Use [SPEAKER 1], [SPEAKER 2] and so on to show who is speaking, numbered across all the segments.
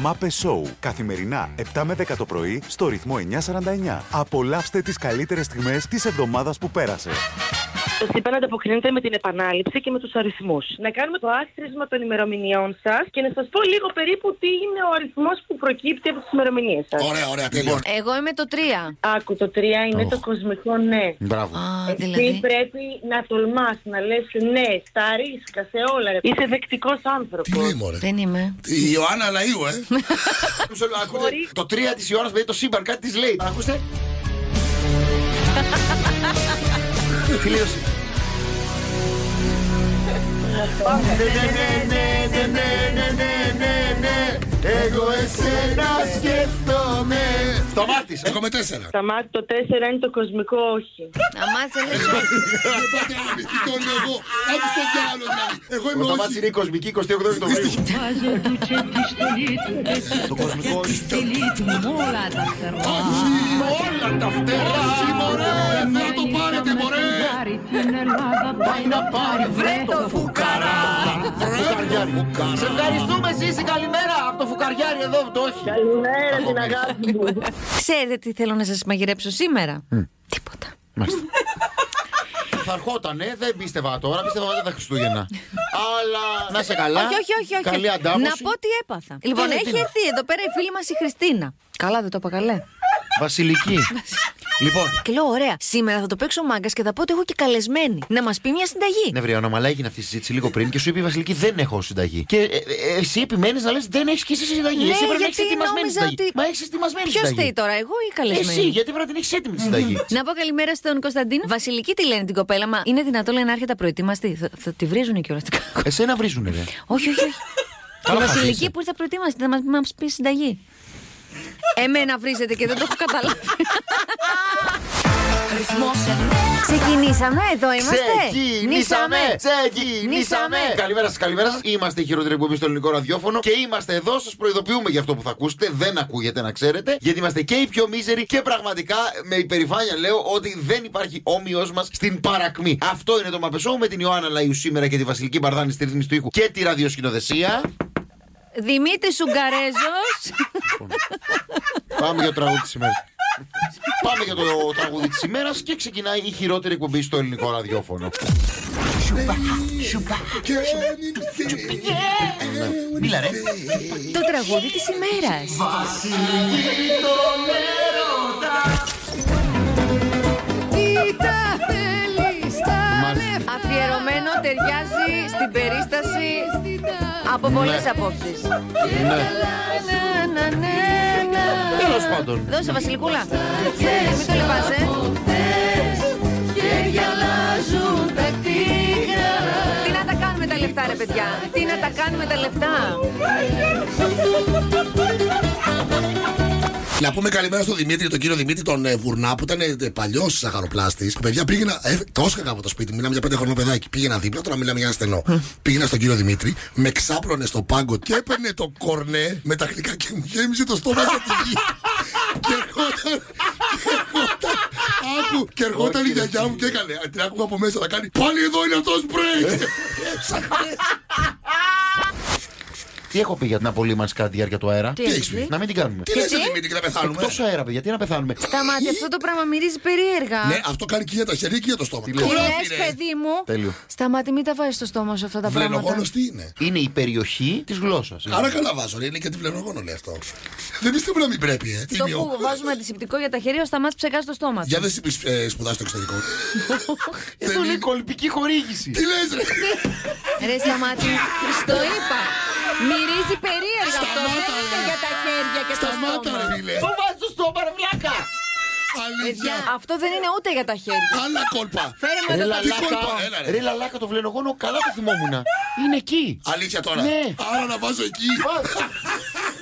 [SPEAKER 1] Μάπε Show. Καθημερινά 7 με 10 το πρωί στο ρυθμό 949. Απολαύστε τις καλύτερες στιγμές της εβδομάδας που πέρασε.
[SPEAKER 2] Το ΣΥΠΑ ανταποκρίνεται με την επανάληψη και με τους αριθμούς. Να κάνουμε το άστρισμα των ημερομηνιών σας και να σας πω λίγο περίπου τι είναι ο αριθμός που προκύπτει από τις ημερομηνίες σας.
[SPEAKER 3] Ωραία, ωραία, λοιπόν. τέλειο.
[SPEAKER 4] Εγώ είμαι το 3.
[SPEAKER 2] Άκου, το 3 είναι
[SPEAKER 3] Οχ.
[SPEAKER 2] το κοσμικό ναι.
[SPEAKER 3] Μπράβο.
[SPEAKER 4] Α,
[SPEAKER 2] Εσύ
[SPEAKER 4] δηλαδή.
[SPEAKER 2] πρέπει να τολμάς να λες ναι στα ρίσκα, σε όλα. ρε. Είσαι δεκτικός άνθρωπος.
[SPEAKER 3] Τι λέει, μωρέ.
[SPEAKER 4] Δεν είμαι.
[SPEAKER 3] Η Ιωάννα Λαΐου, ε. Μισό λεπτό, ακούτε, το 3 της Ιωάννας, παιδί, το σύμπαν, κάτι της λέει. Ακούστε. Τελείωσε. Ναι, ναι, ναι, ναι, ναι, ναι, ναι, ναι, ναι, ναι. Εγώ εσένα σκέφτομαι. Σταμάτησε. Έχουμε τέσσερα.
[SPEAKER 2] Σταμάτη, το 4 είναι το κοσμικό όχι.
[SPEAKER 4] Αμάτσε, λέει.
[SPEAKER 5] Πάτε να μην τον εγώ. Άντε στον διάλογο δηλαδή. Εγώ
[SPEAKER 3] Ο
[SPEAKER 5] είμαι
[SPEAKER 3] Σταμάτης
[SPEAKER 5] όχι.
[SPEAKER 3] είναι η κοσμική 28 Οκτωβρίου. Το κοσμικό όχι.
[SPEAKER 5] Όχι.
[SPEAKER 3] Όλα τα φτερά.
[SPEAKER 5] Όχι, μωρέ. Θέλω να το πάρετε, μωρέ.
[SPEAKER 3] Πάει να πάρει βρε το φουκαρά Φουκαριάρι Σε ευχαριστούμε Ζήση καλημέρα Από το φουκαριάρι εδώ το όχι
[SPEAKER 2] Καλημέρα, την αγάπη μου.
[SPEAKER 4] Ξέρετε τι θέλω να σας μαγειρέψω σήμερα. Τίποτα.
[SPEAKER 3] Θα ερχόταν ε, δεν πίστευα τώρα Πίστευα όλα τα Χριστούγεννα Αλλά να είσαι καλά
[SPEAKER 4] Όχι, όχι, όχι. όχι.
[SPEAKER 3] Καλή αντάμωση
[SPEAKER 4] Να πω τι έπαθα. Λοιπόν,
[SPEAKER 3] είναι, τι
[SPEAKER 4] έχει
[SPEAKER 3] είναι.
[SPEAKER 4] έρθει εδώ πέρα η φίλη μας η Χριστίνα. Καλά, δεν το είπα καλέ.
[SPEAKER 3] Βασιλική Λοιπόν
[SPEAKER 4] Και λέω, ωραία. Σήμερα θα το παίξω μάγκας και θα πω ότι έχω και καλεσμένη. Να μας πει μια συνταγή.
[SPEAKER 3] ναι, βρε, ονομαλά έγινε αυτή η συζήτηση λίγο πριν και σου είπε η Βασιλική δεν έχω συνταγή. Και ε, ε, εσύ επιμένεις να λες δεν έχεις και εσύ συνταγή.
[SPEAKER 4] Ναι,
[SPEAKER 3] εσύ πρέπει να έχεις
[SPEAKER 4] γιατί
[SPEAKER 3] ετοιμασμένη
[SPEAKER 4] νόμιζα
[SPEAKER 3] συνταγή.
[SPEAKER 4] ότι-
[SPEAKER 3] Μα έχεις ετοιμασμένη
[SPEAKER 4] Ποιος
[SPEAKER 3] συνταγή.
[SPEAKER 4] θέλει τώρα, εγώ ή η καλεσμένη.
[SPEAKER 3] Εσύ, γιατί πρέπει να την έχεις έτοιμη τη συνταγή.
[SPEAKER 4] Να πω καλημέρα στον Κωνσταντίνο. Βασιλική τη λένε την κοπέλα, μα είναι δυνατό λέει να έρχεται απροετοίμαστη. Θα, θα τη βρίζουν κιόλα.
[SPEAKER 3] Εσένα βρίζουνε, ρε.
[SPEAKER 4] όχι, όχι, όχι. Η
[SPEAKER 3] Καλά χαθείς, ε.
[SPEAKER 4] Βασιλική που ήρθε απροετοίμαστη θα μας πει συνταγή. Εμένα βρίζετε και δεν το έχω καταλάβει. Ξεκινήσαμε, εδώ είμαστε.
[SPEAKER 3] Ξεκινήσαμε! Ξεκινήσαμε!
[SPEAKER 4] Νήσαμε.
[SPEAKER 3] Καλημέρα σας, καλημέρα σας. Είμαστε η χειρότερη εκπομπή στο ελληνικό ραδιόφωνο και είμαστε εδώ. Σας προειδοποιούμε για αυτό που θα ακούσετε. Δεν ακούγεται, να ξέρετε. Γιατί είμαστε και οι πιο μίζεροι και πραγματικά με υπερηφάνεια λέω ότι δεν υπάρχει όμοιό μας στην παρακμή. Αυτό είναι το Μαπεσό με την Ιωάννα Λαϊού σήμερα και τη Βασιλική Μπαρδάνη στη ρύθμιση του ήχου και τη ραδιοσκηνοθεσία.
[SPEAKER 4] Δημήτρη Ουγγαρέζο.
[SPEAKER 3] Πάμε για το τραγούδι της ημέρας. Πάμε για το τραγούδι της ημέρας και ξεκινάει η χειρότερη εκπομπή στο ελληνικό ραδιόφωνο.
[SPEAKER 5] Και νυν-
[SPEAKER 3] Μίλα ρε.
[SPEAKER 4] το τραγούδι της ημέρας. Αφιερωμένο ταιριάζει στην περίσταση από πολλέ
[SPEAKER 3] Ναι.
[SPEAKER 4] απόψεις.
[SPEAKER 3] Ναι. Τέλος πάντων.
[SPEAKER 4] Δώσε Βασιλικούλα. Ε, Μην το λυπάσαι. Τι να τα κάνουμε τα λεφτά, ρε παιδιά. Τι να τα κάνουμε τα λεφτά.
[SPEAKER 5] Να πούμε καλημέρα στον Δημήτρη, τον κύριο Δημήτρη, τον ε, Βουρνά που ήταν παλιό σαχαροπλάστη. Παιδιά πήγαινα. Ε, το έσχαγα από το σπίτι, μιλάμε για πέντε χρονών παιδάκι. Πήγαινα δίπλα, τώρα μιλάμε για ένα στενό. πήγαινα στον κύριο Δημήτρη, με ξάπλωνε στο πάγκο και έπαιρνε το κορνέ με τα γλυκά και μου γέμιζε το στόμα σαν τη γη. και ερχόταν. και ερχόταν- Άκου, και ερχόταν η γιαγιά μου και έκανε. Την άκουγα από μέσα να κάνει. Πάλι εδώ είναι αυτός σπρέι!
[SPEAKER 3] Τι έχω πει για την απολύμανση κατά τη διάρκεια του αέρα.
[SPEAKER 4] Τι έχεις πει?
[SPEAKER 3] Να μην την κάνουμε.
[SPEAKER 5] Τι λες, Δημήτρη, και να πεθάνουμε.
[SPEAKER 3] Εκτός αέρα, παιδιά, τι να πεθάνουμε.
[SPEAKER 4] Τα μάτια, αυτό το πράγμα μυρίζει περίεργα.
[SPEAKER 5] Ναι, αυτό κάνει και για τα χέρια και για το στόμα.
[SPEAKER 3] λες?
[SPEAKER 4] Τι
[SPEAKER 5] Κολόφι,
[SPEAKER 4] λες,
[SPEAKER 5] ρε.
[SPEAKER 4] παιδί μου.
[SPEAKER 3] Τέλειο.
[SPEAKER 4] Σταμάτη, μην τα βάζεις στο στόμα σου αυτά τα πράγματα.
[SPEAKER 5] Βλενογόνος τι είναι.
[SPEAKER 3] Είναι η περιοχή της γλώσσας.
[SPEAKER 5] Άρα καλά βάζω, ρε, είναι και τη βλενογόνο λέει αυτό. Δεν πιστεύω να μην πρέπει, ε.
[SPEAKER 4] Το
[SPEAKER 5] Τίμιο.
[SPEAKER 4] που βάζουμε αντισηπτικό για τα χέρια, ο Σταμάτης ψεκάζει το στόμα του.
[SPEAKER 5] Για δεν συμπι- ε, σπουδάσει το εξωτερικό.
[SPEAKER 3] Αυτό είναι κολπική χορήγηση.
[SPEAKER 5] Τι λες ρε.
[SPEAKER 4] Ρε Σταμάτη, στο είπα. Μυρίζει περίεργα αυτό. Δεν
[SPEAKER 5] Σταμάτα,
[SPEAKER 4] είναι
[SPEAKER 5] ρε.
[SPEAKER 4] για τα χέρια και το
[SPEAKER 5] Σταμάτα ρε
[SPEAKER 4] στόμα.
[SPEAKER 5] φίλε.
[SPEAKER 3] βάζεις το στόμα, ρε βλάκα.
[SPEAKER 4] Παιδιά,
[SPEAKER 5] Αλήθεια.
[SPEAKER 4] αυτό δεν είναι ούτε για τα χέρια.
[SPEAKER 5] Άλλα κόλπα.
[SPEAKER 4] Φέρε μου
[SPEAKER 3] Ρε
[SPEAKER 4] εδώ το
[SPEAKER 5] λαλάκα.
[SPEAKER 4] λεπτό.
[SPEAKER 5] Έλα,
[SPEAKER 3] λαλάκα.
[SPEAKER 5] ρε.
[SPEAKER 3] Λοιπόν, Ρε λαλάκα το βλενογόνο, καλά το θυμόμουν. Είναι εκεί.
[SPEAKER 5] Αλήθεια τώρα.
[SPEAKER 3] Ναι.
[SPEAKER 5] Άρα να βάζω εκεί.
[SPEAKER 3] Βάζ.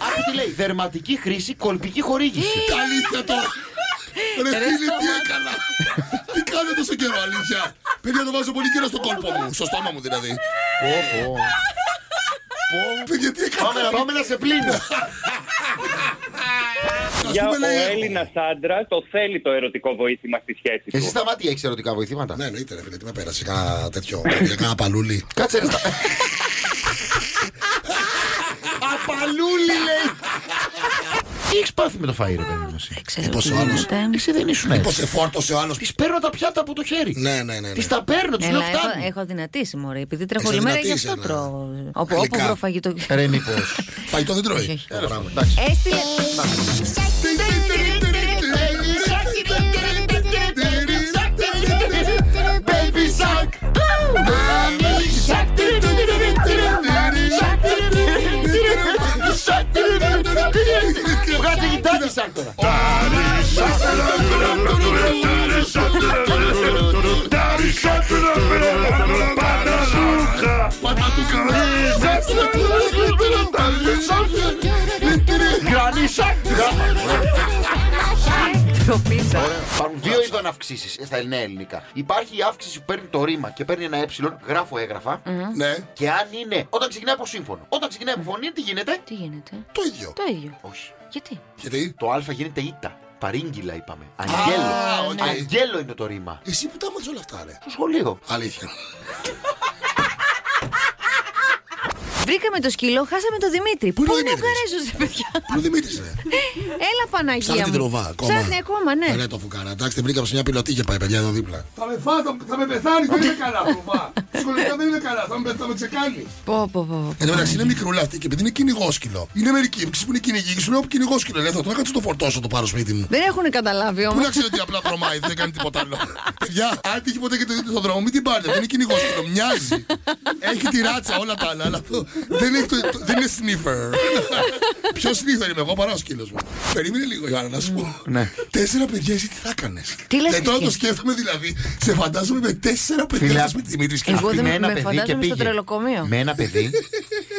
[SPEAKER 3] Άκου τι λέει. Δερματική χρήση, κολπική χορήγηση.
[SPEAKER 5] Τα Αλήθεια τώρα. Ρε φίλε τι έκανα. Τι κάνω τόσο καιρό αλήθεια. Παιδιά το βάζω πολύ καιρό στο κόλπο μου. Στο στόμα μου δηλαδή.
[SPEAKER 3] Πω, πω. Πω.
[SPEAKER 5] Παιδιά τι έκανα.
[SPEAKER 3] Πάμε να πάμε να σε πλύνω.
[SPEAKER 5] Ας
[SPEAKER 6] Για
[SPEAKER 5] πούμε,
[SPEAKER 6] ο
[SPEAKER 5] λέει, έχω.
[SPEAKER 6] Έλληνας άντρα το θέλει το ερωτικό βοήθημα στη σχέση
[SPEAKER 3] Εσύ
[SPEAKER 6] του.
[SPEAKER 3] σταμάτη έχεις ερωτικά βοηθήματα.
[SPEAKER 5] Ναι, εννοείται ρε φίλε, τι με πέρασε, κάνα τέτοιο, κάνα παλούλι.
[SPEAKER 3] Κάτσε ρε στα... Απαλούλη λέει Τι έχεις πάθει με το φαΐ, ρε παιδί μου. εσύ?
[SPEAKER 4] Δεν ξέρω.
[SPEAKER 5] Μήπως
[SPEAKER 4] τι
[SPEAKER 5] ο άλλος.
[SPEAKER 4] γίνεται.
[SPEAKER 3] Εσύ δεν ήσουν
[SPEAKER 5] Μήπω
[SPEAKER 3] έτσι.
[SPEAKER 5] εφόρτωσε ο άλλο.
[SPEAKER 3] Της παίρνω τα πιάτα από το χέρι.
[SPEAKER 5] Ναι, ναι, ναι. ναι.
[SPEAKER 3] Τη τα παίρνω, της λέω
[SPEAKER 4] Έλα, έχω,
[SPEAKER 3] φτάνει.
[SPEAKER 4] έχω δυνατήσει, μωρέ. Επειδή τρέχω
[SPEAKER 5] Έχεις
[SPEAKER 4] όλη μέρα, γι'
[SPEAKER 5] αδυνατήσει,
[SPEAKER 4] αυτό
[SPEAKER 5] ναι.
[SPEAKER 4] τρώω. Όπου, όπου
[SPEAKER 5] Γλυκά.
[SPEAKER 4] βρω φαγητό.
[SPEAKER 3] Ρε, μήπως.
[SPEAKER 5] Φαγητό δεν τρώει.
[SPEAKER 4] όχι.
[SPEAKER 5] Ωραία, πράγμα.
[SPEAKER 4] Έστειλε.
[SPEAKER 3] Baby Shark! Mommy Shark! Βγάζε γιτάκι Shark τώρα. Γκρανί
[SPEAKER 4] Τροπίζα.
[SPEAKER 3] Υπάρχουν δύο ειδών αυξήσεις στα νέα ελληνικά. Υπάρχει η αύξηση που παίρνει το ρήμα και παίρνει ένα ε, γράφω έγγραφα.
[SPEAKER 5] Ναι,
[SPEAKER 3] Και αν είναι όταν ξεκινάει από σύμφωνο. Όταν ξεκινάει από φωνή, τι γίνεται.
[SPEAKER 4] Τι γίνεται.
[SPEAKER 5] το ίδιο.
[SPEAKER 4] Το ίδιο.
[SPEAKER 3] Όχι.
[SPEAKER 4] Γιατί.
[SPEAKER 5] Γιατί
[SPEAKER 3] Το α γίνεται ήτα. Παρήγγυλα είπαμε. Αγγέλο.
[SPEAKER 5] Α, οκ.
[SPEAKER 3] Αγγέλο είναι το ρήμα.
[SPEAKER 5] εσύ που τα μάθες όλα αυτά, ρε.
[SPEAKER 3] Στο σχολείο.
[SPEAKER 5] Αλήθεια.
[SPEAKER 4] Βρήκαμε το σκύλο, χάσαμε το Δημήτρη. Πού
[SPEAKER 5] είναι ο
[SPEAKER 4] είναι ο
[SPEAKER 5] Δημήτρης?
[SPEAKER 4] Καρέζο, παιδιά.
[SPEAKER 5] Μου Δημήτρης, ρε.
[SPEAKER 4] Έλα Παναγία.
[SPEAKER 5] Ψάχνει
[SPEAKER 4] μου.
[SPEAKER 5] την τροβά ακόμα.
[SPEAKER 4] Ψάχνει ακόμα, ναι.
[SPEAKER 5] Ε, το φουκάρα. Εντάξει, την βρήκαμε σε μια πιλωτή και πάει παιδιά εδώ δίπλα.
[SPEAKER 7] Θα με φάτω, θα με πεθάνει, δεν είναι καλά ακόμα. Σχολικά δεν είναι καλά, θα με, θα με ξεκάνει.
[SPEAKER 4] Πω, πω, πω.
[SPEAKER 5] Εν τω μεταξύ είναι μικρούλα αυτή και επειδή είναι κυνηγόσκυλο. Είναι μερικοί που είναι κυνηγοί και σου λέω κυνηγόσκυλο. Λέω θα το έκατσε το φορτώσω το πάρω σπίτι μου.
[SPEAKER 4] Δεν έχουν καταλάβει
[SPEAKER 5] Πού
[SPEAKER 4] όμω.
[SPEAKER 5] να ξέρω ότι απλά βρωμάει, δεν κάνει τίποτα άλλο. Παιδιά, αν τύχει ποτέ και το δείτε στον δρόμο, μην την πάρετε. Δεν είναι κυνηγόσκυλο, μοιάζει. Έχει τη ράτσα, όλα τα άλλα. Αλλά αυτό δεν, έχει το, το- δεν είναι sniffer. Ποιος sniffer είμαι εγώ παρά ο σκύλος μου. Περίμενε λίγο, Ιωάννα, να σου πω. Τέσσερα παιδιά, εσύ τι θα έκανε.
[SPEAKER 4] Τι λες,
[SPEAKER 5] τώρα
[SPEAKER 4] εσύ.
[SPEAKER 5] το σκέφτομαι δηλαδή. Σε φαντάζομαι με τέσσερα
[SPEAKER 3] Φίλε,
[SPEAKER 5] παιδιά με της Δημήτρης και
[SPEAKER 4] Εγώ
[SPEAKER 3] Αυτή
[SPEAKER 4] δεν-
[SPEAKER 3] με ένα
[SPEAKER 4] με
[SPEAKER 3] παιδί
[SPEAKER 4] φαντάζομαι
[SPEAKER 3] και
[SPEAKER 4] στο
[SPEAKER 3] πήγε.
[SPEAKER 4] τρελοκομείο.
[SPEAKER 3] Με ένα παιδί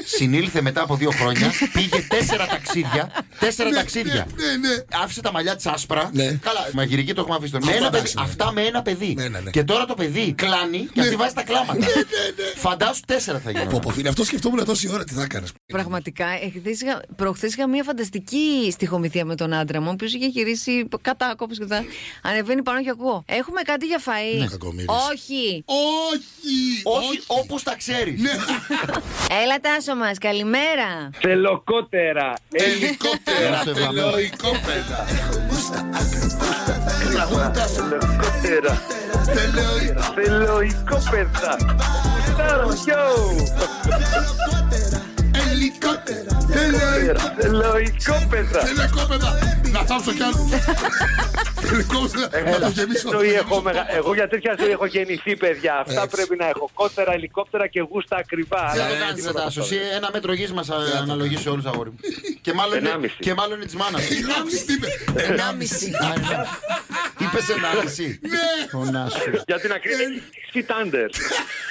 [SPEAKER 3] συνήλθε μετά από δύο χρόνια, πήγε τέσσερα ταξίδια. Τέσσερα ταξίδια.
[SPEAKER 5] Ναι, ναι.
[SPEAKER 3] Άφησε τα μαλλιά της άσπρα.
[SPEAKER 5] Ναι.
[SPEAKER 3] Καλά, μαγειρική το έχουμε αφήσει. τώρα.
[SPEAKER 5] Αυτό
[SPEAKER 3] Με ένα παιδί,
[SPEAKER 5] εντάξει, ναι.
[SPEAKER 3] αυτά με ένα παιδί.
[SPEAKER 5] Ναι, ναι, ναι.
[SPEAKER 3] Και τώρα το παιδί κλάνει και αυτή βάζει τα κλάματα. Φαντάσου τέσσερα θα
[SPEAKER 5] Πω,
[SPEAKER 3] γίνουν.
[SPEAKER 5] πω, φίλε, αυτό σκεφτόμουν τόση ώρα τι θα έκανες.
[SPEAKER 4] Πραγματικά, προχθές είχα μια φανταστική στοιχομηθεία με τον άντρα μου, ο οποίος είχε γυρίσει κατά κόπους και τα. Ανεβαίνει πάνω και ακούω. Έχουμε κάτι για φαΐς.
[SPEAKER 5] Ναι, κακομοίρης.
[SPEAKER 4] Όχι.
[SPEAKER 5] Όχι! Ναι.
[SPEAKER 3] Όχι όπως τα ξέρεις.
[SPEAKER 4] Έλα, τάσο μα, καλημέρα.
[SPEAKER 6] Τελοκότερα.
[SPEAKER 5] Ε- Ελικόπτερα,
[SPEAKER 3] Έλα, σε
[SPEAKER 5] τελοϊκόπτερα. Τραγούδα σου,
[SPEAKER 6] Τελοκότερα.
[SPEAKER 5] τελοϊ-
[SPEAKER 6] Τελοϊκόπεδα.
[SPEAKER 5] ελικόπτερα, τελοϊ-
[SPEAKER 6] Τελοϊκόπεδα.
[SPEAKER 5] τελοϊκόπτερα. Να θάψω κι άλλους. Τελικόπτερα, να το γεμίσω.
[SPEAKER 6] ζωή έχω μεγα- Εγώ για τέτοια ζωή έχω γεννηθεί, παιδιά. Αυτά
[SPEAKER 5] Έτσι.
[SPEAKER 6] πρέπει να έχω. Κότερα, ελικόπτερα και γούστα ακριβά.
[SPEAKER 3] Δεν
[SPEAKER 6] Αλλά
[SPEAKER 3] το
[SPEAKER 6] δεν
[SPEAKER 3] κάνει,
[SPEAKER 6] είναι
[SPEAKER 3] δεν
[SPEAKER 6] τίποτα
[SPEAKER 3] τα
[SPEAKER 6] αυτό.
[SPEAKER 3] Εσύ ένα μέτρο γης μας αναλογεί σε όλους, αγόρι μου. Και μάλλον είναι-
[SPEAKER 6] Ενάμιση.
[SPEAKER 3] Και μάλλον είναι της μάνας.
[SPEAKER 5] Ενάμιση, τι είπε. Ενάμιση.
[SPEAKER 3] Είπες ενάμιση.
[SPEAKER 5] Ναι.
[SPEAKER 3] Φωνά σου.
[SPEAKER 6] Για την ακρίβεια, Σκιτάντερ.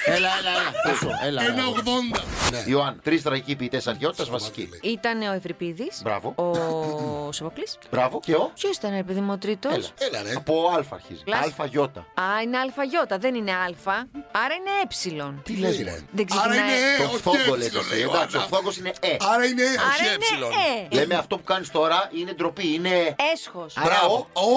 [SPEAKER 3] Έλα, έλα, έλα. Τάσο, έλα.
[SPEAKER 5] Ένα ογδόντα. Ναι.
[SPEAKER 3] Ιωάνν, τρεις τραγικοί ποιητές αρχαιότητας βασικοί.
[SPEAKER 4] Ήταν ο Ευρυπίδης.
[SPEAKER 3] Μπράβο.
[SPEAKER 4] Ο Σοφοκλή.
[SPEAKER 3] Μπράβο. Και ο.
[SPEAKER 4] Ποιος ήταν, ρε παιδί μου, ο τρίτος.
[SPEAKER 3] Έλα.
[SPEAKER 5] Έλα ρε.
[SPEAKER 3] Από Α αρχίζει.
[SPEAKER 4] Λάς.
[SPEAKER 3] Α, Ι.
[SPEAKER 4] Α, είναι ΑΙ, δεν είναι Α. Άρα είναι Ε.
[SPEAKER 5] Τι λες ρε. Άρα
[SPEAKER 4] Δεν ξεκινάει.
[SPEAKER 5] είναι ε,
[SPEAKER 3] Το
[SPEAKER 5] όχι
[SPEAKER 3] φθόγκο λε
[SPEAKER 5] ε,
[SPEAKER 3] εσύ.
[SPEAKER 5] λέει ο
[SPEAKER 3] Εντάξει, ο
[SPEAKER 5] Άννα.
[SPEAKER 3] φθόγκο είναι Ε.
[SPEAKER 5] Άρα είναι ε, όχι
[SPEAKER 4] Άρα
[SPEAKER 5] ε.
[SPEAKER 4] είναι Ε.
[SPEAKER 3] Λέμε αυτό που κάνεις τώρα είναι ντροπή. Είναι.
[SPEAKER 4] Έσχος.
[SPEAKER 3] Μπράβο.
[SPEAKER 5] Ο.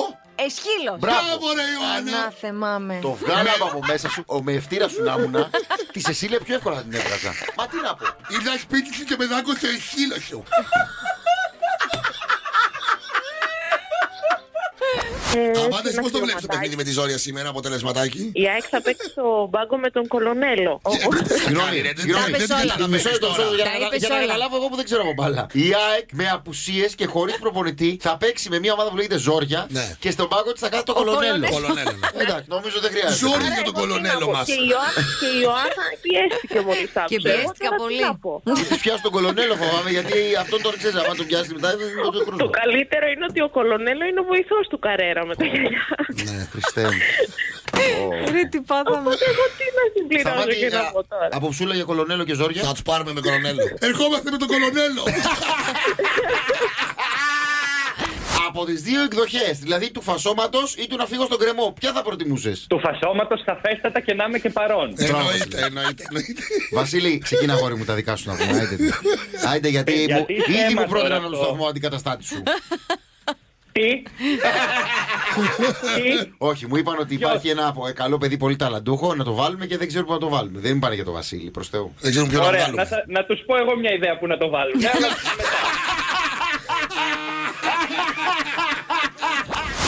[SPEAKER 4] Εσχύλος.
[SPEAKER 3] Μπράβο.
[SPEAKER 5] Μπράβο ρε Ιωάννα.
[SPEAKER 4] Ανάθεμά με.
[SPEAKER 3] Το βγάλαμε από μέσα σου. Ο με ευτήρα σου να ήμουνα. Τη Σεσίλια πιο εύκολα θα την έβγαζα. Μα τι να πω.
[SPEAKER 5] Ήρθα σπίτι σου και με δάγκωσε η χείλο σου. Απάντε πώς το βλέπεις το παιχνίδι με τη ζόρια σήμερα, αποτελεσματάκι.
[SPEAKER 2] Η ΑΕΚ θα παίξει στο μπάγκο με τον Κολονέλο.
[SPEAKER 3] Συγγνώμη, ρε, συγγνώμη,
[SPEAKER 4] είπες
[SPEAKER 3] δεν
[SPEAKER 4] όλα.
[SPEAKER 3] την
[SPEAKER 5] Μισό λεπτό, μισό λεπτό,
[SPEAKER 3] για
[SPEAKER 4] Τα
[SPEAKER 3] να-
[SPEAKER 4] είπες
[SPEAKER 3] για να
[SPEAKER 4] όλα.
[SPEAKER 3] καταλάβω εγώ που δεν ξέρω από μπάλα. Η ΑΕΚ με απουσίες και χωρίς προπονητή θα παίξει με μια ομάδα που λέγεται Ζόρια
[SPEAKER 5] Ναι.
[SPEAKER 3] και στον πάγκο της θα κάτσει το κολονέλο.
[SPEAKER 5] Κολονέλα. ναι.
[SPEAKER 3] Εντάξει, νομίζω δεν χρειάζεται.
[SPEAKER 5] Ζόρι
[SPEAKER 2] Ε,
[SPEAKER 5] για τον κολονέλο μας.
[SPEAKER 2] Και η Ιωάννα, και η Ιωάννα πιέστηκε μόλις τα
[SPEAKER 4] Και
[SPEAKER 2] άκουσε. Εγώ
[SPEAKER 4] πιέστηκα
[SPEAKER 2] τώρα τι
[SPEAKER 4] πολύ.
[SPEAKER 2] να πω.
[SPEAKER 3] Μην τη πιάσει τον κολονέλο, φοβάμαι, γιατί αυτόν τον ξέρεις. Αν τον πιάσει μετά, δεν τον
[SPEAKER 2] Το
[SPEAKER 3] κρούζω.
[SPEAKER 2] καλύτερο είναι ότι ο Κολονέλο είναι ο βοηθός του Καρέρα με τα γυαλιά.
[SPEAKER 3] Ναι, Χριστέ μου.
[SPEAKER 4] Ρε τι πάθαμε.
[SPEAKER 2] Οπότε εγώ τι να συμπληρώσω
[SPEAKER 3] Σταμάτη,
[SPEAKER 2] και να
[SPEAKER 3] α,
[SPEAKER 2] πω τώρα.
[SPEAKER 3] Αποψούλα για κολονέλο και ζόρια.
[SPEAKER 5] Θα τους πάρουμε με κολονέλο. Ερχόμαστε με τον κολονέλο.
[SPEAKER 3] Από τις δύο εκδοχές, δηλαδή του φασώματος ή του να φύγω στον κρεμό, ποια θα προτιμούσες.
[SPEAKER 6] Του φασώματος σαφέστατα και να είμαι και παρόν.
[SPEAKER 5] Εννοείται, εννοείται. εννοείται.
[SPEAKER 3] Βασίλη, ξεκινά χώρι μου τα δικά σου να πούμε. Άιντε, Άιντε γιατί,
[SPEAKER 6] Ε, Γιατί
[SPEAKER 3] μου,
[SPEAKER 6] θέμα
[SPEAKER 3] ήδη μου
[SPEAKER 6] τώρα
[SPEAKER 3] πρότεινα
[SPEAKER 6] αυτό.
[SPEAKER 3] τον σταθμό αντικαταστάτης σου.
[SPEAKER 6] Τι. Τι.
[SPEAKER 3] Όχι, μου είπαν ότι
[SPEAKER 6] Ποιος?
[SPEAKER 3] υπάρχει ένα ε, καλό παιδί πολύ ταλαντούχο να το βάλουμε και δεν ξέρουμε να το βάλουμε. Δεν πάνε για τον Βασίλη, προς Θεού.
[SPEAKER 5] Δεν ξέρουμε ποιον να
[SPEAKER 6] Ωραία, να,
[SPEAKER 5] βγάλουμε.
[SPEAKER 6] σα- να τους πω εγώ μια ιδέα που να το βάλουμε.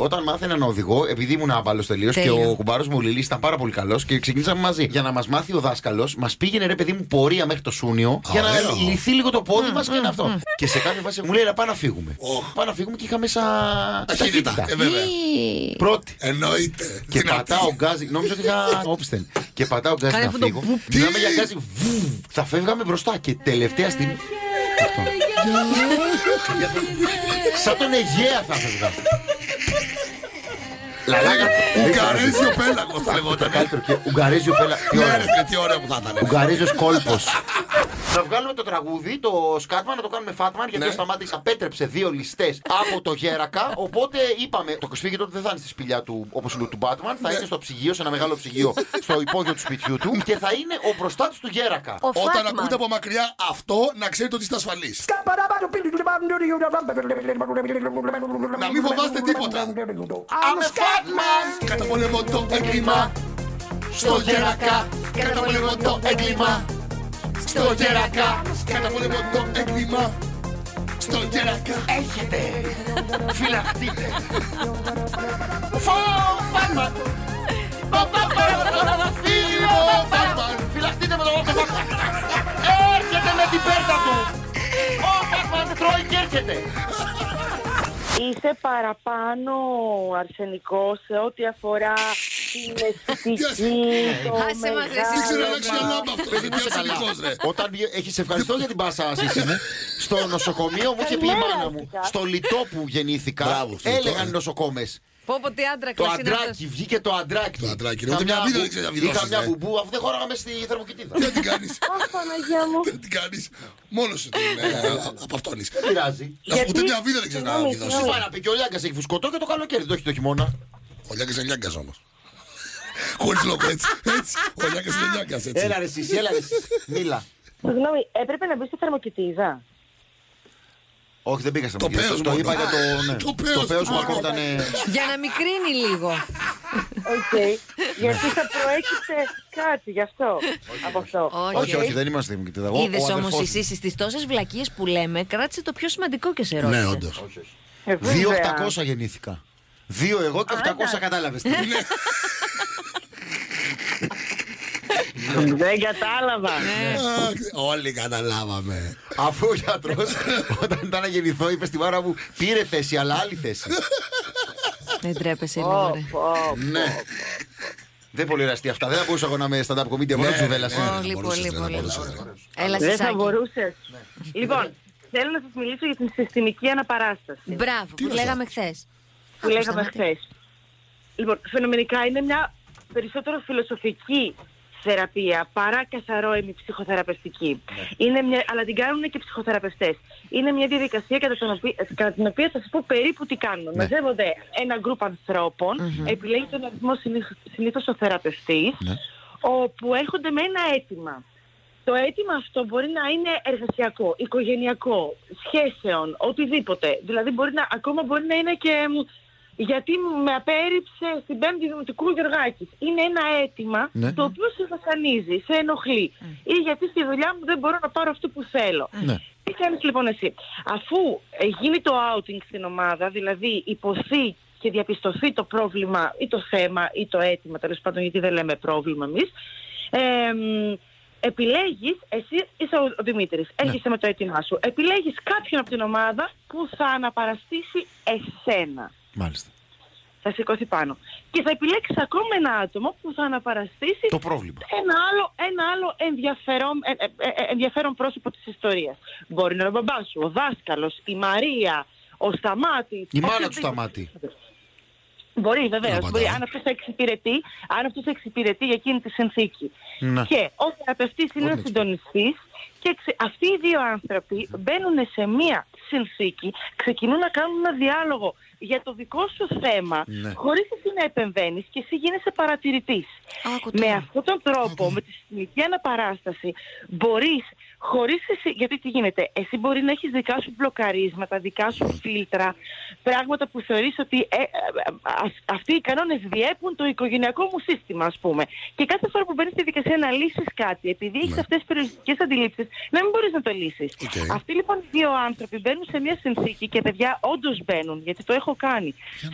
[SPEAKER 3] Όταν μάθαινα να οδηγώ, επειδή ήμουν άμπαλο τελείως και
[SPEAKER 4] Τέλειο.
[SPEAKER 3] ο κουμπάρος μου ο Λιλής ήταν πάρα πολύ καλός και ξεκινήσαμε μαζί. Για να μας μάθει ο δάσκαλος, μας πήγαινε ρε παιδί μου πορεία μέχρι το Σούνιο για να
[SPEAKER 5] Ωραίο.
[SPEAKER 3] λυθεί λίγο το πόδι μας και είναι αυτό. Και σε κάποια φάση μου λέει ρε πάμε να φύγουμε. Πάμε να φύγουμε και είχα μέσα
[SPEAKER 5] Ταχύτητα. Ε, βέβαια.
[SPEAKER 4] Ή,
[SPEAKER 3] Πρώτη.
[SPEAKER 5] Εννοείται.
[SPEAKER 3] Και
[SPEAKER 5] Δυνατή.
[SPEAKER 3] πατάω γκάζι. Νόμιζα ότι είχα όπιστεν. Και πατάω γκάζι
[SPEAKER 4] Κάνε
[SPEAKER 3] να
[SPEAKER 4] αυτό το
[SPEAKER 3] φύγω.
[SPEAKER 4] βουπ.
[SPEAKER 3] Μιλάμε για γκάζι. βουβ. Θα φεύγαμε μπροστά και τελευταία στιγμή. Αυτό. Σαν τον Αιγαία θα φεύγα. Λαλάκα.
[SPEAKER 5] Ουγγαρέζιο πέλαγος θα
[SPEAKER 3] Το
[SPEAKER 5] λεγόταν.
[SPEAKER 3] καλύτερο και Ουγγαρίζιο πέλα. Τι
[SPEAKER 5] Ναι,
[SPEAKER 3] ωραία.
[SPEAKER 5] ρε, φίλε, τι ωραία που θα ήταν.
[SPEAKER 3] Ουγγαρίζος κόλπος. Να βγάλουμε το τραγούδι, το σκάτμα, να το κάνουμε φάτμαν, γιατί
[SPEAKER 5] Ναι.
[SPEAKER 3] ο Σταμάτης απέτρεψε δύο ληστές από το Γέρακα. Οπότε είπαμε, το κοσφίγι τότε δεν θα είναι στη σπηλιά του, όπως είναι του Batman, θα είναι στο ψυγείο, σε ένα μεγάλο ψυγείο, στο υπόγειο του σπιτιού του και θα είναι ο προστάτης του Γέρακα.
[SPEAKER 4] Ο
[SPEAKER 5] Όταν
[SPEAKER 4] Φάτμαν.
[SPEAKER 5] ακούτε από μακριά αυτό, να ξέρετε ότι είστε ασφαλείς. Να μην φοβάστε τίποτα.
[SPEAKER 3] Άμε Fatman!
[SPEAKER 5] Καταπολεμώ το έγκλημα. Στο γερακά. Καταπολεμώ το έγκλημα. Στο γερακά. Καταπολεμώ το έγκλημα. Στο γερακά.
[SPEAKER 3] Φυλαχτείτε! Φω- Batman! Πα- πα- πα- πα- Φύγω, Batman! Φυλαχτείτε με τον Batman! Έρχεται με την πέρτα του! Ο Batman τρώει και έρχεται!
[SPEAKER 2] Είσαι παραπάνω αρσενικός σε ό,τι αφορά την αισθητική, το
[SPEAKER 4] Άσε μας, ρε,
[SPEAKER 2] μεγάλο.
[SPEAKER 5] Δεν ξέρω να αλλάξει μια λάμπα αυτό. Δεν είναι ασφαλικό, ρε.
[SPEAKER 3] Όταν έχεις ευχαριστώ για την πάσα εσύ. Στο νοσοκομείο μου είχε πει η
[SPEAKER 2] Καλημέρα,
[SPEAKER 3] μάνα μου.
[SPEAKER 2] αρχικά.
[SPEAKER 3] Στο λιτό που γεννήθηκα,
[SPEAKER 5] Μπράβο, στο Λιτό,
[SPEAKER 3] έλεγαν
[SPEAKER 5] ε.
[SPEAKER 3] οι νοσοκόμες.
[SPEAKER 4] Πω πω τι άντρα
[SPEAKER 3] Το
[SPEAKER 4] είναι
[SPEAKER 3] αντράκι, βγήκε το αντράκι.
[SPEAKER 5] Το αντράκι,
[SPEAKER 3] Είχα
[SPEAKER 5] ούτε μια
[SPEAKER 3] μια
[SPEAKER 5] βίδα
[SPEAKER 3] μπου-
[SPEAKER 5] δεν ξέρει να
[SPEAKER 3] Είχα
[SPEAKER 5] βιδώσεις,
[SPEAKER 3] μια
[SPEAKER 5] ε.
[SPEAKER 3] μπουμπού, αφού δεν χωράγαμε στη θερμοκοιτίδα.
[SPEAKER 5] Δεν την κάνεις.
[SPEAKER 2] Αχ, Παναγία μου.
[SPEAKER 5] Δεν την κάνεις. Μόνος σου την απαυτώνει.
[SPEAKER 3] Δεν πειράζει.
[SPEAKER 5] Να σου
[SPEAKER 2] Γιατί-
[SPEAKER 5] ούτε μια βίδα δεν ξέρεις να
[SPEAKER 2] Συγγνώμη,
[SPEAKER 5] δώσει.
[SPEAKER 3] Σου πάει να πει και ο Λιάγκας έχει φουσκωτό και το καλοκαίρι, δεν το έχει το χειμώνα.
[SPEAKER 5] Ο Λιάγκας είναι Λιάγκας όμως. Χωρίς λόγο έτσι. έτσι. Ο Λιάγκας είναι Λιάγκας έτσι.
[SPEAKER 3] Έλα ρε εσύ, έλα ρε εσύ. Μίλα.
[SPEAKER 2] Συγγνώμη, έπρεπε να μπεις στη θερμοκοιτίδα.
[SPEAKER 3] Όχι, δεν πήγα στο
[SPEAKER 5] Το
[SPEAKER 3] Μαγείο,
[SPEAKER 5] πέος
[SPEAKER 3] Το
[SPEAKER 5] μόνο.
[SPEAKER 3] είπα για το. ναι.
[SPEAKER 5] Το πέος
[SPEAKER 3] Το πέος
[SPEAKER 5] του
[SPEAKER 3] μου
[SPEAKER 5] μόνο.
[SPEAKER 3] ακόμα ήταν. ε,
[SPEAKER 4] Για να μικρύνει λίγο.
[SPEAKER 2] Οκ. Γιατί θα προέκυπτε κάτι γι' αυτό. από αυτό.
[SPEAKER 4] Όχι.
[SPEAKER 3] Όχι, όχι, δεν είμαστε δημοκρατία. Εγώ- ο
[SPEAKER 4] Είδε όμως
[SPEAKER 3] αδερφός
[SPEAKER 4] εσύ στις τόσες βλακίες που λέμε, κράτησε το πιο σημαντικό και σε ρώτησε.
[SPEAKER 5] Ναι, όντως.
[SPEAKER 2] Ε,
[SPEAKER 3] μου.
[SPEAKER 2] βέβαια.
[SPEAKER 3] 2.800 γεννήθηκα. 2 εγώ και 800 κατάλαβε.
[SPEAKER 2] Δεν κατάλαβα.
[SPEAKER 5] Όλοι καταλάβαμε.
[SPEAKER 3] Αφού ο γιατρός όταν ήταν να γεννηθώ είπε στη μάνα μου πήρε θέση, αλλά άλλη θέση.
[SPEAKER 4] Δεν τρέπεσαι
[SPEAKER 2] Ω,
[SPEAKER 4] λίγο. ρε.
[SPEAKER 2] ω, ω.
[SPEAKER 3] Ναι. Δεν πολύ ραστή αυτά. Δεν θα μπορούσα εγώ να είμαι stand-up comedian μόνο τσουβέλα.
[SPEAKER 5] ναι,
[SPEAKER 4] Πολύ,
[SPEAKER 5] δεν μπορούσες,
[SPEAKER 4] πολύ,
[SPEAKER 5] δεν
[SPEAKER 4] πολύ.
[SPEAKER 5] μπορούσες, ρε.
[SPEAKER 4] Έλα,
[SPEAKER 2] Δεν θα
[SPEAKER 4] Σισάκη.
[SPEAKER 2] μπορούσε. Λοιπόν, θέλω να σας μιλήσω για την συστημική αναπαράσταση.
[SPEAKER 4] Μπράβο, που λέγαμε χθες.
[SPEAKER 2] που λέγαμε χθες. Λοιπόν, φαινομενικά είναι μια περισσότερο φιλοσοφική θεραπεία παρά καθαρόαιμη ψυχοθεραπευτική. Είναι μια, αλλά την κάνουν και ψυχοθεραπευτές. Είναι μια διαδικασία κατά, τον οποί- κατά την οποία θα σας πω περίπου τι κάνουν. Μαζεύονται ένα γκρουπ ανθρώπων, επιλέγει τον αριθμό συνήθω συνήθως ο θεραπευτής, όπου έρχονται με ένα αίτημα. Το αίτημα αυτό μπορεί να είναι εργασιακό, οικογενειακό, σχέσεων, οτιδήποτε. Δηλαδή μπορεί να, ακόμα μπορεί να είναι και μ, γιατί μου- με απέρριψε στην πέμπτη δημοτικού Γεωργάκης. Είναι ένα αίτημα
[SPEAKER 3] Ναι.
[SPEAKER 2] το οποίο σε βασανίζει, σε ενοχλεί. Ή γιατί στη δουλειά μου δεν μπορώ να πάρω αυτό που θέλω.
[SPEAKER 3] Ναι.
[SPEAKER 2] Τι κάνεις λοιπόν εσύ. Αφού ε, γίνει το outing στην ομάδα, δηλαδή υποθεί και διαπιστωθεί το πρόβλημα ή το θέμα ή το αίτημα, τέλος πάντων γιατί δεν λέμε πρόβλημα εμείς, εμ, επιλέγεις, εσύ είσαι ο, ο Δημήτρης,
[SPEAKER 3] Ναι.
[SPEAKER 2] έρχεσαι με το αίτημά σου, επιλέγεις κάποιον από την ομάδα που θα αναπαραστήσει εσένα.
[SPEAKER 3] Μάλιστα.
[SPEAKER 2] Θα σηκωθεί πάνω. Και θα επιλέξεις ακόμα ένα άτομο που θα αναπαραστήσεις
[SPEAKER 3] Το πρόβλημα.
[SPEAKER 2] ένα άλλο, ένα άλλο ενδιαφέρον, ε, ε, ε, ενδιαφέρον πρόσωπο της ιστορίας. Μπορεί να είναι ο μπαμπάς σου, ο δάσκαλος, η Μαρία, ο Σταμάτης.
[SPEAKER 3] Η μάνα
[SPEAKER 2] οποιοδήποτε.
[SPEAKER 3] του σταμάτη.
[SPEAKER 2] Μπορεί βεβαίως.
[SPEAKER 5] Απαντάω.
[SPEAKER 2] Μπορεί αν αυτός θα εξυπηρετεί, αν αυτός θα εξυπηρετεί για εκείνη τη συνθήκη.
[SPEAKER 3] Ναι.
[SPEAKER 2] Και ο θεραπευτής είναι ο συντονιστής και ξε- αυτοί οι δύο άνθρωποι μπαίνουν σε μία συνθήκη, ξεκινούν να κάνουν ένα διάλογο για το δικό σου θέμα,
[SPEAKER 3] Ναι.
[SPEAKER 2] χωρίς εσύ να επεμβαίνεις και εσύ γίνεσαι παρατηρητής.
[SPEAKER 4] Άκου
[SPEAKER 2] Με
[SPEAKER 4] τώρα.
[SPEAKER 2] αυτόν τον τρόπο, με τη συστημική αναπαράσταση, μπορείς Χωρίς εσύ, γιατί τι γίνεται, εσύ μπορεί να έχεις δικά σου μπλοκαρίσματα, δικά σου φίλτρα, πράγματα που θεωρείς ότι ε, ε, α- αυτοί οι κανόνες διέπουν το οικογενειακό μου σύστημα, ας πούμε. Και κάθε φορά που μπαίνεις στη δικασία να λύσεις κάτι, επειδή έχεις αυτές τις περιοριστικές αντιλήψεις, να μην μπορείς να το λύσεις.
[SPEAKER 5] Οκ.
[SPEAKER 2] Αυτοί λοιπόν οι δύο άνθρωποι μπαίνουν σε μια συνθήκη και παιδιά όντως μπαίνουν, γιατί το έχω κάνει.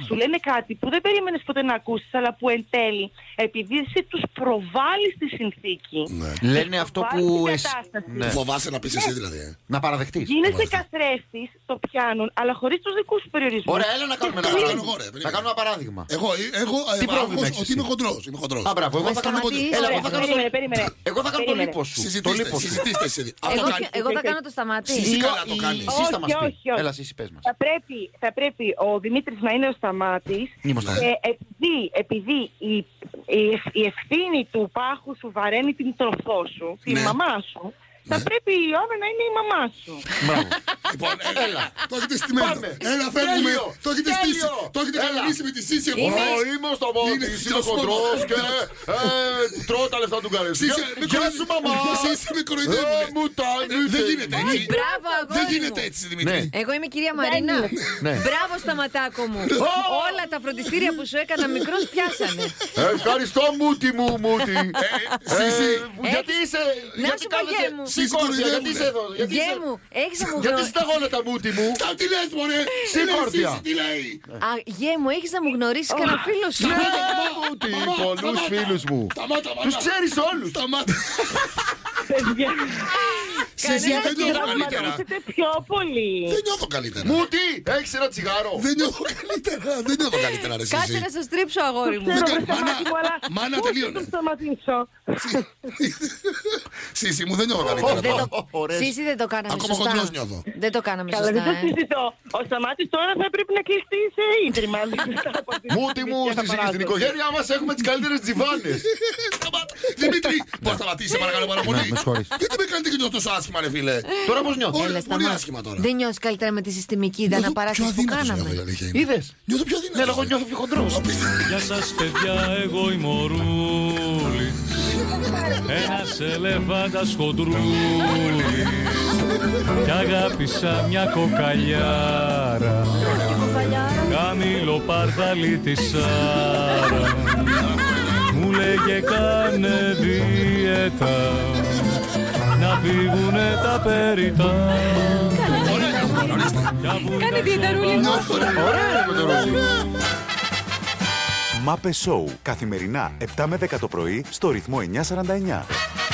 [SPEAKER 2] Σου λένε κάτι που δεν περίμενες ποτέ να ακούσεις, αλλά που εν τέλει, επειδή εσύ τους προβάλλεις τη συνθήκη.
[SPEAKER 5] Ναι.
[SPEAKER 3] Λένε αυτό που.
[SPEAKER 2] Βάζει
[SPEAKER 3] εσύ-
[SPEAKER 2] κατάσταση.
[SPEAKER 3] Ναι.
[SPEAKER 5] Φοβάσαι να πεις εσύ δηλαδή. ε.
[SPEAKER 3] Να παραδεχτείς.
[SPEAKER 2] Γίνεσαι
[SPEAKER 5] Μάλιστα.
[SPEAKER 2] καθρέφτης, το πιάνουν, αλλά χωρίς τους δικούς σου περιορισμούς.
[SPEAKER 3] Ωραία, έλα να κάνουμε
[SPEAKER 5] Να κάνω
[SPEAKER 3] ένα παράδειγμα.
[SPEAKER 5] εγώ, ρε, περίμενε.
[SPEAKER 3] Να κάνουμε ένα παράδειγμα.
[SPEAKER 5] Εγώ, εγώ ε,
[SPEAKER 3] Τι πρόβλημα
[SPEAKER 5] άγχος
[SPEAKER 3] έχεις
[SPEAKER 5] ότι
[SPEAKER 3] εσύ?
[SPEAKER 5] είμαι χοντρός. Είμαι χοντρός.
[SPEAKER 3] Α, μπράβο, εγώ
[SPEAKER 4] Μα
[SPEAKER 3] θα κάνω.
[SPEAKER 4] σταματήσει,
[SPEAKER 3] Έλα,
[SPEAKER 2] Ωραία,
[SPEAKER 3] εγώ θα κάνω.
[SPEAKER 2] περίμενε, περίμενε.
[SPEAKER 3] Εγώ θα κάνω το
[SPEAKER 2] Περίμενε.
[SPEAKER 3] λίπος σου. Το
[SPEAKER 5] Συζητήστε,
[SPEAKER 3] λίπος σου.
[SPEAKER 5] συζητήστε εσύ. δύο. Αυτό
[SPEAKER 4] Εγώ,
[SPEAKER 5] κάνει.
[SPEAKER 4] εγώ θα
[SPEAKER 2] Οκ, οκ.
[SPEAKER 4] κάνω το σταματή.
[SPEAKER 5] Εσύ
[SPEAKER 3] Ή-
[SPEAKER 5] καλά το
[SPEAKER 3] ή-
[SPEAKER 5] κάνεις.
[SPEAKER 3] ή- εσύ θα μας
[SPEAKER 2] Όχι,
[SPEAKER 3] πει.
[SPEAKER 2] όχι, όχι.
[SPEAKER 3] Έλας, εσύ, εσύ, πες μας.
[SPEAKER 2] Θα πρέπει, θα πρέπει ο Δημήτρης να είναι ο σταμάτης
[SPEAKER 3] Είμαστε.
[SPEAKER 2] και επειδή, επειδή η, η, η ευθύνη του πάχου σου βαραίνει την τροφό σου, τη
[SPEAKER 5] Ναι.
[SPEAKER 2] μαμά σου, θα πρέπει η Ιώνα να είναι η μαμά σου.
[SPEAKER 3] Μπράβο.
[SPEAKER 5] Λοιπόν, έλα. Το έχετε στημένο.
[SPEAKER 3] Πάμε.
[SPEAKER 5] Έλα, φεύγουμε.
[SPEAKER 3] Τέλειο.
[SPEAKER 5] Το έχετε
[SPEAKER 3] Τέλειο.
[SPEAKER 5] στήσει. Το έχετε
[SPEAKER 3] Έλα.
[SPEAKER 5] κανονίσει με τη Σύση. από
[SPEAKER 4] Είμαι-
[SPEAKER 5] χθες.
[SPEAKER 3] Ω, Ε, Είμαι ο Σταμάτης,
[SPEAKER 5] Είναι-
[SPEAKER 3] είμαι χοντρός
[SPEAKER 5] είναι-
[SPEAKER 3] και ε, τρώω τα λεφτά του καρέσου.
[SPEAKER 5] Σύση, με
[SPEAKER 3] Γεια
[SPEAKER 5] κοροϊδεύουνε.
[SPEAKER 3] σου μαμά.
[SPEAKER 5] Σύση, με
[SPEAKER 3] Ε,
[SPEAKER 5] κοροϊδεύουνε.
[SPEAKER 3] Μου τα
[SPEAKER 5] Ε, Δεν
[SPEAKER 3] ανοίξε.
[SPEAKER 5] γίνεται έτσι.
[SPEAKER 4] Μπράβο, αγόρι
[SPEAKER 5] Δεν
[SPEAKER 4] μου.
[SPEAKER 5] γίνεται έτσι, Δημήτρη.
[SPEAKER 4] Εγώ είμαι η κυρία Μαρίνα.
[SPEAKER 3] Ναι.
[SPEAKER 4] Μπράβο στα ματάκο μου. Όλα τα φροντιστήρια που σου έκανα μικρός πιάσανε.
[SPEAKER 3] Ε, Ευχαριστώ μούτι μου, μούτι.
[SPEAKER 5] Σύση.
[SPEAKER 3] Ε, Γιατί είσαι,
[SPEAKER 4] Να
[SPEAKER 3] γιατί
[SPEAKER 4] σου πω,
[SPEAKER 3] κάθεσαι,
[SPEAKER 4] γέ μου.
[SPEAKER 3] σηκώνεσαι,
[SPEAKER 5] Σύση,
[SPEAKER 3] γιατί είσαι εδώ, γιατί
[SPEAKER 4] Γε
[SPEAKER 3] είσαι,
[SPEAKER 4] μου, έχεις να μου
[SPEAKER 3] γιατί
[SPEAKER 4] γνω-
[SPEAKER 3] στεγόνα τα μούτι μου.
[SPEAKER 5] Αυτά τι λες, μωρέ. Τι λέει,
[SPEAKER 3] Συγχώρδια.
[SPEAKER 5] Σύση, τι λέει.
[SPEAKER 4] Α, γε μου, έχεις να μου γνωρίσεις κανένα φίλο σου.
[SPEAKER 3] Ναι, μούτι, πολλούς φίλους μου.
[SPEAKER 5] Σταμάτα, μάνα.
[SPEAKER 3] Τους ξέρεις όλους.
[SPEAKER 5] Σταμάτα.
[SPEAKER 2] Παιδιά,
[SPEAKER 5] Σύση,
[SPEAKER 4] Κανένα
[SPEAKER 5] δεν νιώθω καλύτερα.
[SPEAKER 2] Είστε πιο πολύ.
[SPEAKER 5] Δεν νιώθω καλύτερα.
[SPEAKER 3] Μούτι, έχεις ένα τσιγάρο.
[SPEAKER 5] Δεν νιώθω καλύτερα. Δεν νιώθω καλύτερα, ρε
[SPEAKER 4] Κάτσε
[SPEAKER 5] Σύση.
[SPEAKER 4] να σε στρίψω, αγόρι μου.
[SPEAKER 2] Ξέρω,
[SPEAKER 5] κα-
[SPEAKER 2] βρε σταμάτη
[SPEAKER 5] μάνα-
[SPEAKER 2] μου, αλλά
[SPEAKER 5] μάνα,
[SPEAKER 2] πώς θα
[SPEAKER 5] τελείωνε.
[SPEAKER 2] το σταματήσω.
[SPEAKER 5] Σύση μου, δεν νιώθω
[SPEAKER 3] Ω,
[SPEAKER 5] καλύτερα.
[SPEAKER 4] Δεν
[SPEAKER 5] τώρα.
[SPEAKER 4] το...
[SPEAKER 3] Ωραία.
[SPEAKER 4] Σύση δεν το κάναμε
[SPEAKER 5] Ακόμα
[SPEAKER 4] σωστά.
[SPEAKER 5] χοντρός νιώθω.
[SPEAKER 4] Δεν το κάναμε
[SPEAKER 2] Καλά,
[SPEAKER 4] σωστά.
[SPEAKER 2] δεν το
[SPEAKER 4] ε.
[SPEAKER 2] συζητώ. Ο Σταμάτης τώρα θα πρέπει να κλειστεί σε ίδρυμα. μετά από αυτή τη
[SPEAKER 3] Μούτι μου,
[SPEAKER 2] συνήθεια
[SPEAKER 3] στη-
[SPEAKER 2] θα
[SPEAKER 3] στην
[SPEAKER 2] παράδοση.
[SPEAKER 3] οικογένειά μας έχουμε τις καλύτερες τζιβάνες.
[SPEAKER 5] Σταμάτα. Δημήτρη, πώ σταματήσει, παρακαλώ πάρα πολύ.
[SPEAKER 3] Ναι, με συγχωρείς.
[SPEAKER 5] Γιατί με κάνετε και νιώθω τόσο άσχημα, ρε φίλε.
[SPEAKER 3] Τώρα πώς νιώθω.
[SPEAKER 5] Όλα
[SPEAKER 4] Έλα,
[SPEAKER 5] πολύ
[SPEAKER 4] σταμάτα.
[SPEAKER 5] άσχημα τώρα.
[SPEAKER 4] Δεν νιώθεις καλύτερα με τη συστημική αναπαράσταση που
[SPEAKER 5] νιώθω, η
[SPEAKER 4] κάναμε.
[SPEAKER 5] αλήθεια είναι.
[SPEAKER 3] Είδες.
[SPEAKER 5] Νιώθω πιο
[SPEAKER 3] Ναι, αλλά
[SPEAKER 5] δυνατός.
[SPEAKER 3] εγώ νιώθω πιο χοντρός.
[SPEAKER 8] Γεια σας παιδιά, εγώ η Μωρούλης Ένας ελεφάντας χοντρούλης Κι αγάπησα μια κοκαλιάρα Καμήλο παρδαλή τη Σάρα Μου λέγε κάνε δίαιτα Να φύγουνε τα περιτά Κάνε δίαιτα
[SPEAKER 3] Ωραία είναι με το ρόλο.
[SPEAKER 1] Μάπε Σόου. Καθημερινά 7 με 10 το πρωί στο ρυθμό 949.